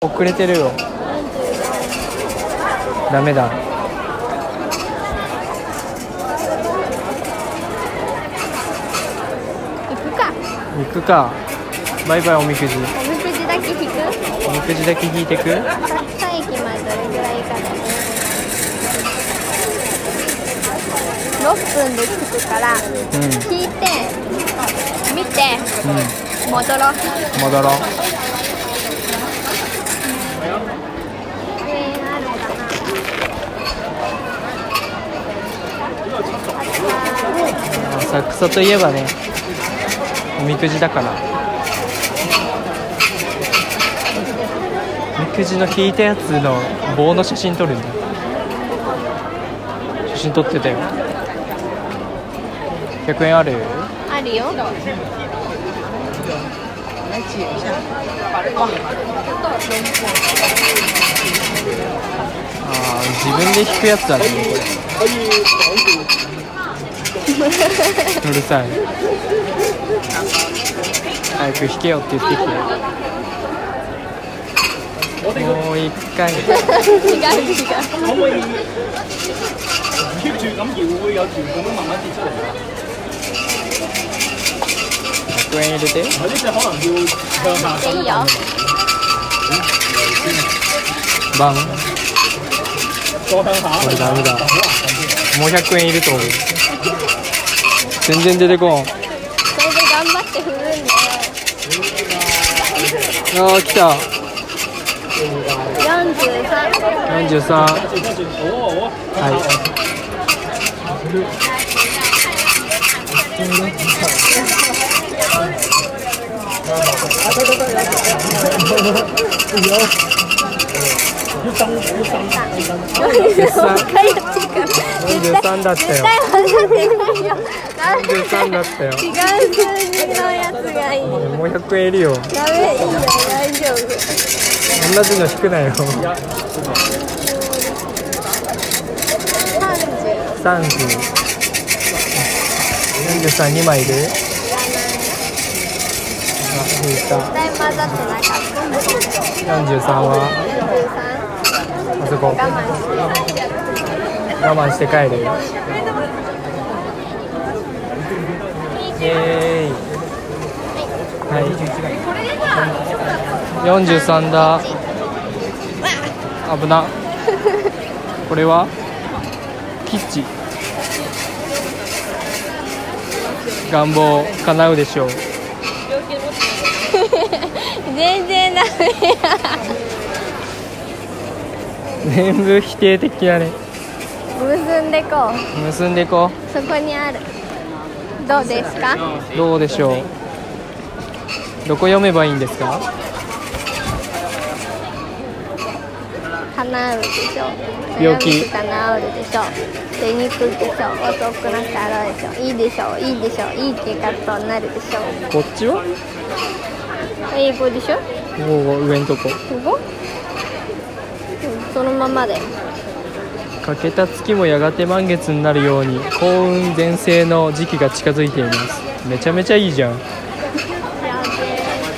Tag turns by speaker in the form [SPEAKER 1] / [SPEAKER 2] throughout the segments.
[SPEAKER 1] 遅れてるよダメだ
[SPEAKER 2] 行くか
[SPEAKER 1] 行くかバイバイおみくじ
[SPEAKER 2] おみくじだけ引く
[SPEAKER 1] おみくじだけ引いてく
[SPEAKER 2] 3駅までどれぐらいかだね6分で着くから
[SPEAKER 1] うんうん
[SPEAKER 2] 引いて見て戻ろう
[SPEAKER 1] 戻ろう
[SPEAKER 2] 1円あるかな
[SPEAKER 1] 浅草といえばねおみくじだからおみくじの引いたやつの棒の写真撮るんだ写真撮ってたよ100円ある
[SPEAKER 2] あるよ
[SPEAKER 1] あー自分で引くやつだねこれうるさい早く引けよって言ってきてもう一回
[SPEAKER 2] 違う違う
[SPEAKER 3] 可唔可以 keep 住咁搖會有全部都慢慢跌出嚟？
[SPEAKER 1] 100円入れて
[SPEAKER 3] 嗱呢只可能要向下走
[SPEAKER 2] いいよ
[SPEAKER 1] バン
[SPEAKER 3] 再向下。啊
[SPEAKER 1] これダメだもう100円いると思う全然出てこんあ
[SPEAKER 2] それで頑張って振るんだよ
[SPEAKER 1] ー来た
[SPEAKER 2] 43
[SPEAKER 1] 43
[SPEAKER 3] 跟住哦
[SPEAKER 1] はい43
[SPEAKER 2] 43回やってるから絶対
[SPEAKER 1] だったよ
[SPEAKER 2] 絶対混ざ
[SPEAKER 1] 43だ
[SPEAKER 2] ってないよなんで
[SPEAKER 1] ったよ
[SPEAKER 2] 違う数字のやつがいい
[SPEAKER 1] もう100円いるよ
[SPEAKER 2] ダメいいよ大丈夫
[SPEAKER 1] 同じの引くなよ
[SPEAKER 2] 30
[SPEAKER 1] 3043 2枚いるあ引いた
[SPEAKER 2] 絶対混ざってなかった
[SPEAKER 1] 43は
[SPEAKER 2] 43
[SPEAKER 1] あそこ
[SPEAKER 2] 我慢して
[SPEAKER 1] 我慢して帰るイエーイはい43だ危なこれはキッチ願望叶うでしょう
[SPEAKER 2] 全然ダメ
[SPEAKER 1] 全部否定的だね
[SPEAKER 2] 結んでこう
[SPEAKER 1] 結んでいこ
[SPEAKER 2] そこにあるどうです か
[SPEAKER 1] うどうでしょうどこ読めばいいんですか
[SPEAKER 2] 叶うでしょ
[SPEAKER 1] 病気
[SPEAKER 2] 叶うでしょ出にくいでしょ遅くなって洗うでしょいいでしょいいでしょいい結果となるでしょ
[SPEAKER 1] こっちは
[SPEAKER 2] 英語でしょ
[SPEAKER 1] 午後上んとこ
[SPEAKER 2] すごっうんそのままで
[SPEAKER 1] 欠けた月もやがて満月になるように幸運全盛の時期が近づいていますめちゃめちゃいいじゃん
[SPEAKER 2] やべえ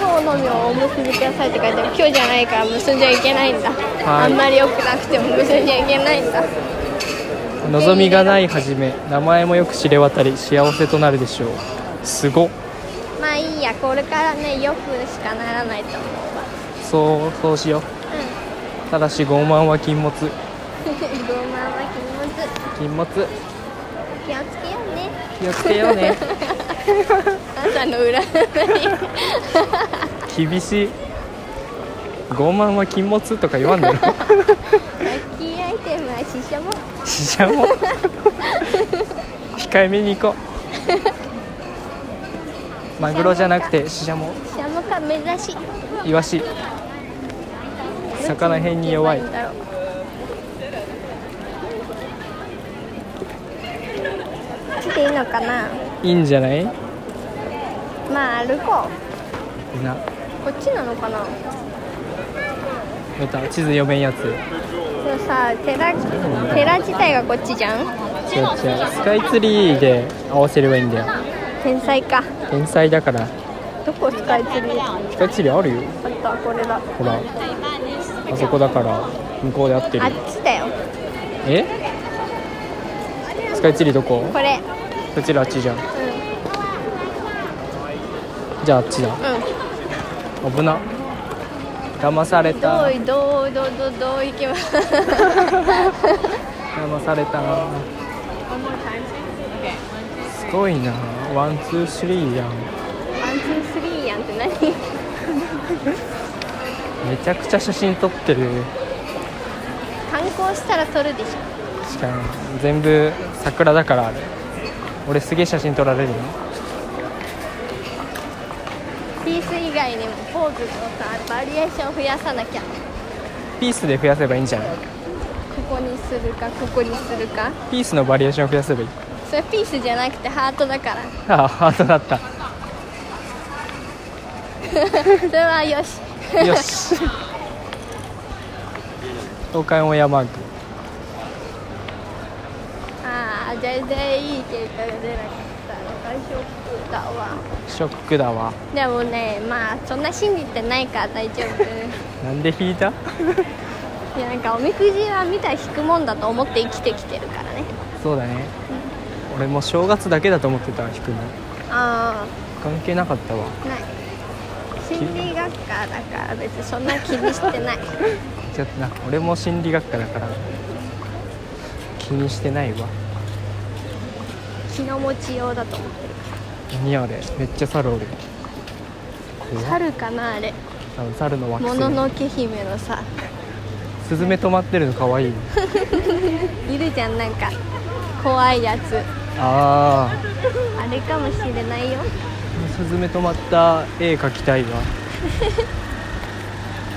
[SPEAKER 2] 今日のみをお結びくださいって書いてある今日じゃないから結んじゃいけないんだ、
[SPEAKER 1] い
[SPEAKER 2] あんまり良くなくても結んじゃいけないんだ
[SPEAKER 1] 望みがないはじめ名前もよく知れ渡り幸せとなるでしょうすごっ
[SPEAKER 2] まあいいやこれからねよくしかならないと思うわ
[SPEAKER 1] そうそうしようただし傲慢は禁物
[SPEAKER 2] うん傲慢は禁
[SPEAKER 1] 禁
[SPEAKER 2] 物
[SPEAKER 1] 物
[SPEAKER 2] 気をつけようね
[SPEAKER 1] 気をつけようね
[SPEAKER 2] あんたの占い
[SPEAKER 1] 厳しい傲慢は禁物とか言わんだろ
[SPEAKER 2] ラッキーアイテムはシシャモ
[SPEAKER 1] 死者も 控えめに行こうマグロじゃなくてシシャモ
[SPEAKER 2] シシャモか目指し
[SPEAKER 1] イワシ魚辺に弱い
[SPEAKER 2] どっちに行けばんだろう来ていいのかない
[SPEAKER 1] いんじゃない
[SPEAKER 2] まあ歩こ
[SPEAKER 1] な
[SPEAKER 2] うこっちなのかな
[SPEAKER 1] また地図読めんやつ
[SPEAKER 2] でもさ寺寺自体がこっちじゃん
[SPEAKER 1] 違う違うスカイツリーで合わせればいいんだよ
[SPEAKER 2] 天才か
[SPEAKER 1] 天才だから
[SPEAKER 2] どこスカイツリーあ
[SPEAKER 1] スカイツリーあるよ
[SPEAKER 2] ったこれだ
[SPEAKER 1] ほらあそこだから向こうで合ってる
[SPEAKER 2] あっちだよ
[SPEAKER 1] えスカイツリーどこ
[SPEAKER 2] これ
[SPEAKER 1] スカイツリーあっちじゃん
[SPEAKER 2] う
[SPEAKER 1] じゃああっちだ
[SPEAKER 2] んうん
[SPEAKER 1] 危な騙された
[SPEAKER 2] どういどうどうどうどう行き ます
[SPEAKER 1] 騙されたすごいなワンツースリーやん
[SPEAKER 2] ワンツースリーやんって何
[SPEAKER 1] めちゃくちゃ写真撮ってる
[SPEAKER 2] 観光したら撮るでしょ
[SPEAKER 1] しかも全部桜だからあれ俺すげえ写真撮られるの
[SPEAKER 2] ピース以外にもポーズとさバリエーション増やさなきゃ
[SPEAKER 1] ピースで増やせばいいんじゃない
[SPEAKER 2] ここにするかここにするか
[SPEAKER 1] ピースのバリエーション増やせばいい
[SPEAKER 2] それピースじゃなくてハートだから
[SPEAKER 1] ああハートだった
[SPEAKER 2] それはよし
[SPEAKER 1] よ し東海オンエアマーク
[SPEAKER 2] ああ全然いい結果が出なかったのがショックだわ
[SPEAKER 1] ショックだわ
[SPEAKER 2] でもねまあそんな心理ってないから大丈夫
[SPEAKER 1] なんで引いた
[SPEAKER 2] いやなんかおみくじは見たら引くもんだと思って生きてきてるからね
[SPEAKER 1] そうだね俺もう正月だけだと思ってた引くの
[SPEAKER 2] あ
[SPEAKER 1] 関係なかったわ
[SPEAKER 2] あない心理学科だから別にそんな気にし てない
[SPEAKER 1] ちょっとな俺も心理学科だから気にしてないわ
[SPEAKER 2] 気の持ちようだと思ってる
[SPEAKER 1] 何やあれめっちゃ猿おる怖っ
[SPEAKER 2] 猿かなあれ
[SPEAKER 1] あの猿の
[SPEAKER 2] 「
[SPEAKER 1] 惑
[SPEAKER 2] も
[SPEAKER 1] 星
[SPEAKER 2] ののけ姫」のさ
[SPEAKER 1] スズメ止まってるの可愛い
[SPEAKER 2] いるじゃんなんか怖いやつ
[SPEAKER 1] あ
[SPEAKER 2] あれかもしれないよ
[SPEAKER 1] あスズメ止まった絵描きたいわ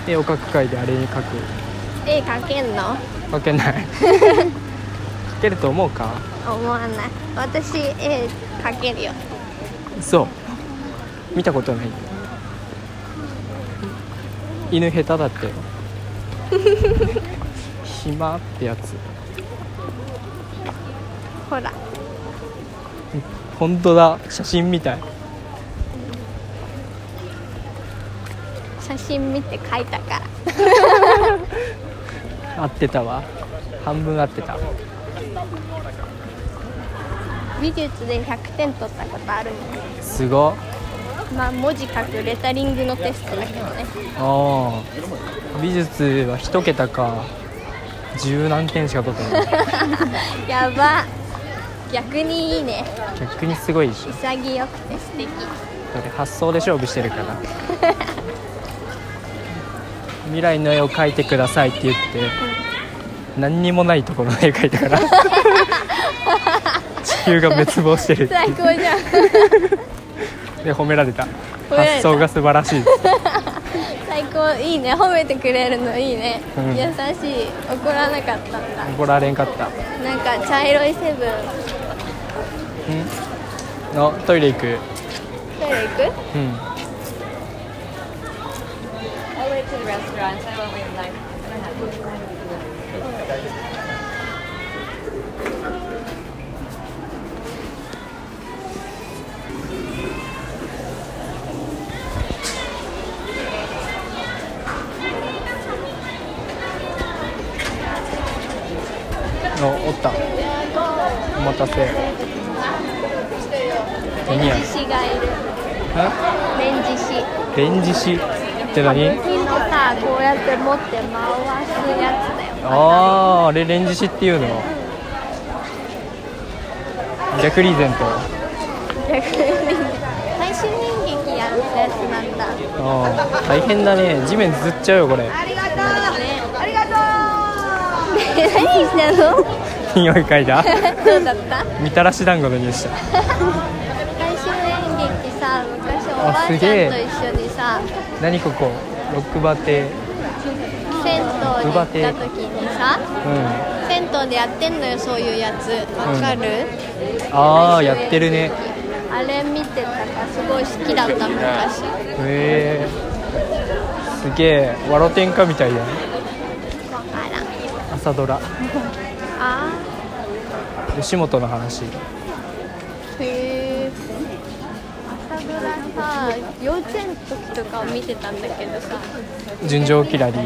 [SPEAKER 1] 絵を描く回であれに描く
[SPEAKER 2] 絵描けんの
[SPEAKER 1] 描けない描けると思うか
[SPEAKER 2] 思わない私絵描けるよ
[SPEAKER 1] そう見たことない犬下手だったよ暇ってやつ
[SPEAKER 2] ほら
[SPEAKER 1] 本当だ写真みたい
[SPEAKER 2] 写真見て描いたから
[SPEAKER 1] 合ってたわ半分合ってた
[SPEAKER 2] 美術で100点取ったことあるもん
[SPEAKER 1] すごっ
[SPEAKER 2] まあ文字書くレタリングのテストだけどね
[SPEAKER 1] ああ美術は一桁か十何点しか取ってない
[SPEAKER 2] やば逆にいいね
[SPEAKER 1] 逆にすごいでしょ
[SPEAKER 2] 潔くて素敵
[SPEAKER 1] だって発想で勝負してるから未来の絵を描いてくださいって言って、何にもないところの絵描いた から地球が滅亡してるって
[SPEAKER 2] 最高じゃん
[SPEAKER 1] で褒められた
[SPEAKER 2] められ
[SPEAKER 1] 発
[SPEAKER 2] た
[SPEAKER 1] 想が素晴らしいって
[SPEAKER 2] 最高いいね褒めてくれるのいいね、
[SPEAKER 1] うん
[SPEAKER 2] 優しい怒らなかったんだ
[SPEAKER 1] 怒られんかったん
[SPEAKER 2] なんか茶色いセブン
[SPEAKER 1] のトイレ行く
[SPEAKER 2] トイレ行く
[SPEAKER 1] うん
[SPEAKER 4] I went to the restaurants. I won't leave mine. I don't have to.
[SPEAKER 1] おおったお待たせ何や
[SPEAKER 2] レンジ師がいる
[SPEAKER 1] え
[SPEAKER 2] レンジ師
[SPEAKER 1] レンジしって何
[SPEAKER 2] 作品のさこうやって持って回すやつだ
[SPEAKER 1] あ
[SPEAKER 2] よ
[SPEAKER 1] ああれレンジしっていうの逆リーゼント
[SPEAKER 2] 逆に最終演劇やるやつなんだ
[SPEAKER 1] ああ大変だね地面ずっちゃうよこれ
[SPEAKER 2] え 何したの
[SPEAKER 1] 匂い嗅いだ
[SPEAKER 2] どうだった
[SPEAKER 1] みたらし団子の匂いした
[SPEAKER 2] 最終演劇さ昔おばあちゃん
[SPEAKER 1] あすげえ
[SPEAKER 2] と一緒にさ
[SPEAKER 1] 何ここロックバテ
[SPEAKER 2] 銭湯に行った時にさ
[SPEAKER 1] うん
[SPEAKER 2] 銭湯でやってんのよそういうやつわかる、
[SPEAKER 1] ああやってるね
[SPEAKER 2] あれ見てたからすごい好きだった昔
[SPEAKER 1] へえすげえワロテンカみたいだね
[SPEAKER 2] わからん
[SPEAKER 1] 朝ドラ
[SPEAKER 2] あ
[SPEAKER 1] 吉本の話
[SPEAKER 2] ーへえ朝ドラさ幼稚園の時とかを見てたんだけどさ
[SPEAKER 1] 純情キラリー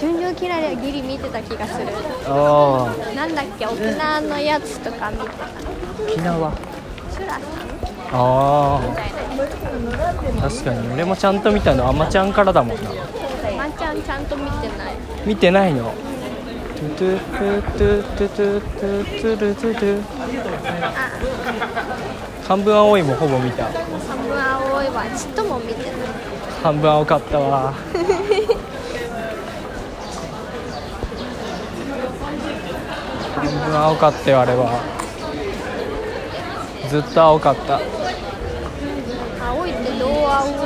[SPEAKER 2] 純情キラリはギリ見てた気がする
[SPEAKER 1] あ
[SPEAKER 2] なんだっけ沖縄のやつとか見てた
[SPEAKER 1] あ沖縄
[SPEAKER 2] シュラさん
[SPEAKER 1] ああ確かに俺もちゃんと見たのあまちゃんからだもんな
[SPEAKER 2] まんちゃんちゃんと見てない
[SPEAKER 1] 見てないのトゥトゥトゥトゥトゥトゥトゥルトゥトゥ半分青いもほぼ見た
[SPEAKER 2] 半分青いはちっとも見てない
[SPEAKER 1] 半分青かったわ半分青かったよあれはずっと青かったう
[SPEAKER 2] 青いってどう青いの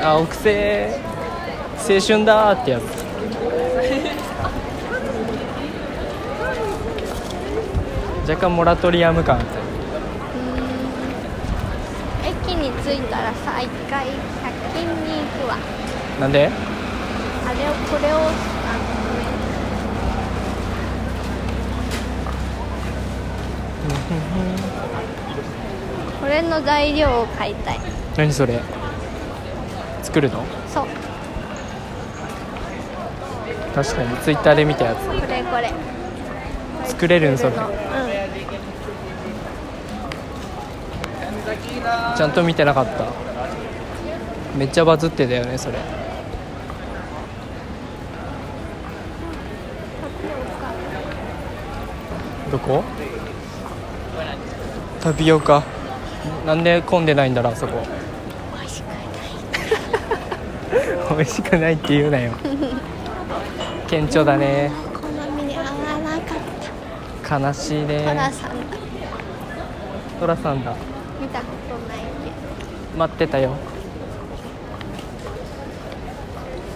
[SPEAKER 1] ーん青くせー青春だーってやつ若干モラトリアム感あった
[SPEAKER 2] 駅に着いたらさ一回100均に行くわ
[SPEAKER 1] なんで
[SPEAKER 2] あれをこれをあのねこれの材料を買いたい
[SPEAKER 1] 何それ作るの
[SPEAKER 2] そう
[SPEAKER 1] 確かにツイッターで見たや
[SPEAKER 2] これこれ
[SPEAKER 1] つ作れるんそれ
[SPEAKER 2] のうん
[SPEAKER 1] ちゃんと見てなかっためっちゃバズってたよねそれどこタピオカなんで混んでないんだろうあそこ 美味しくない美味しくないって言うな よ顕著だね
[SPEAKER 2] 好みに合わなかった
[SPEAKER 1] 悲しいね
[SPEAKER 2] トラさんだ
[SPEAKER 1] トラさんだ
[SPEAKER 2] 見たことないけど
[SPEAKER 1] 待ってたよ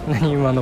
[SPEAKER 1] 何今の